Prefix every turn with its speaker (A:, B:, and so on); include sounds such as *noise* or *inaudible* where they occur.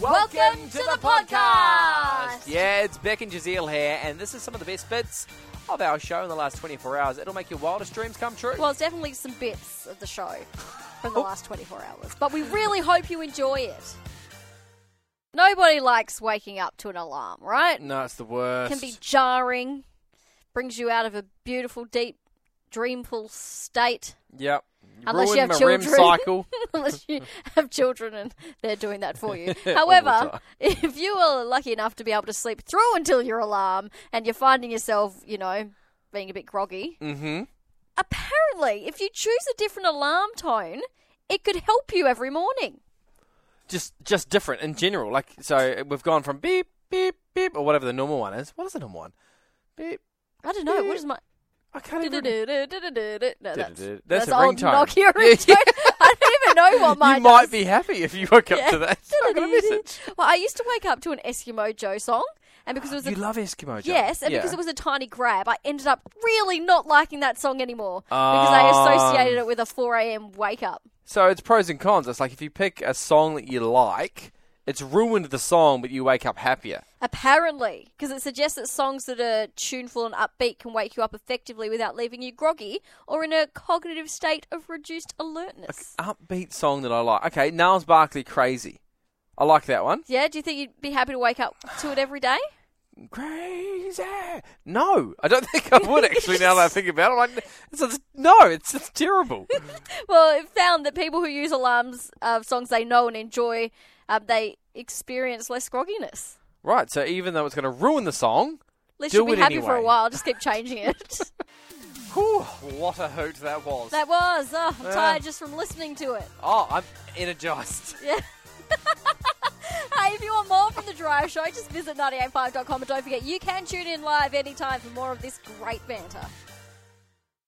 A: Welcome to the podcast.
B: Yeah, it's Beck and Giselle here, and this is some of the best bits of our show in the last 24 hours. It'll make your wildest dreams come true.
A: Well, it's definitely some bits of the show from the last 24 hours, but we really hope you enjoy it. Nobody likes waking up to an alarm, right?
B: no, it's the worst.
A: Can be jarring, brings you out of a beautiful, deep, dreamful state. *laughs*
B: Yep.
A: Unless you
B: Ruined
A: have
B: my REM
A: children. *laughs*
B: cycle.
A: unless you have children and they're doing that for you. However,
B: time.
A: if you are lucky enough to be able to sleep through until your alarm and you're finding yourself, you know, being a bit groggy,
B: mm-hmm.
A: apparently, if you choose a different alarm tone, it could help you every morning.
B: Just, just different in general. Like, so we've gone from beep, beep, beep, or whatever the normal one is. What is the normal one? Beep.
A: I don't know. What is my.
B: I can't even.
A: No, that's,
B: That's
A: that's
B: a
A: old
B: ringtone. *laughs*
A: Nokia
B: Yeah, yeah.
A: ringtone. I don't even know what
B: *laughs*
A: mine
B: you might
A: is.
B: be happy if you woke up
A: Yeah.
B: to
A: *laughs*
B: that. I got a message.
A: Well, I used to wake up to an Eskimo Joe song, and because it was a
B: You love Eskimo Joe.
A: Yes, and because
B: Yeah.
A: it was a tiny grab, I ended up really not liking that song anymore because I associated
B: Um.
A: it with a 4 a.m. wake up.
B: So it's pros and cons. It's like if you pick a song that you like, it's ruined the song, but you wake up happier.
A: Apparently, because it suggests that songs that are tuneful and upbeat can wake you up effectively without leaving you groggy or in a cognitive state of reduced alertness.
B: Upbeat song that I like. Okay, Niles Barkley, Crazy. I like that one.
A: Yeah, do you think you'd be happy to wake up to it every day? *laughs*
B: Crazy. No, I don't *laughs* think I would actually. now that I think about it, I'm like it's, it's, no, it's, it's terrible.
A: Well, it found that people who use alarms of songs they know and enjoy, um, they experience less grogginess.
B: right. So even though it's going to ruin the song,
A: At least
B: Do
A: you'll be
B: it
A: happy for a
B: anyway.
A: while. Just keep changing it.
B: *laughs* whew, what a hoot that was.
A: That was. Oh, I'm
B: Yeah.
A: tired just from listening to it.
B: oh, I'm energized.
A: Yeah. hey, if you want more from The Drive Show, just visit 985.com and don't forget you can tune in live anytime for more of this great banter.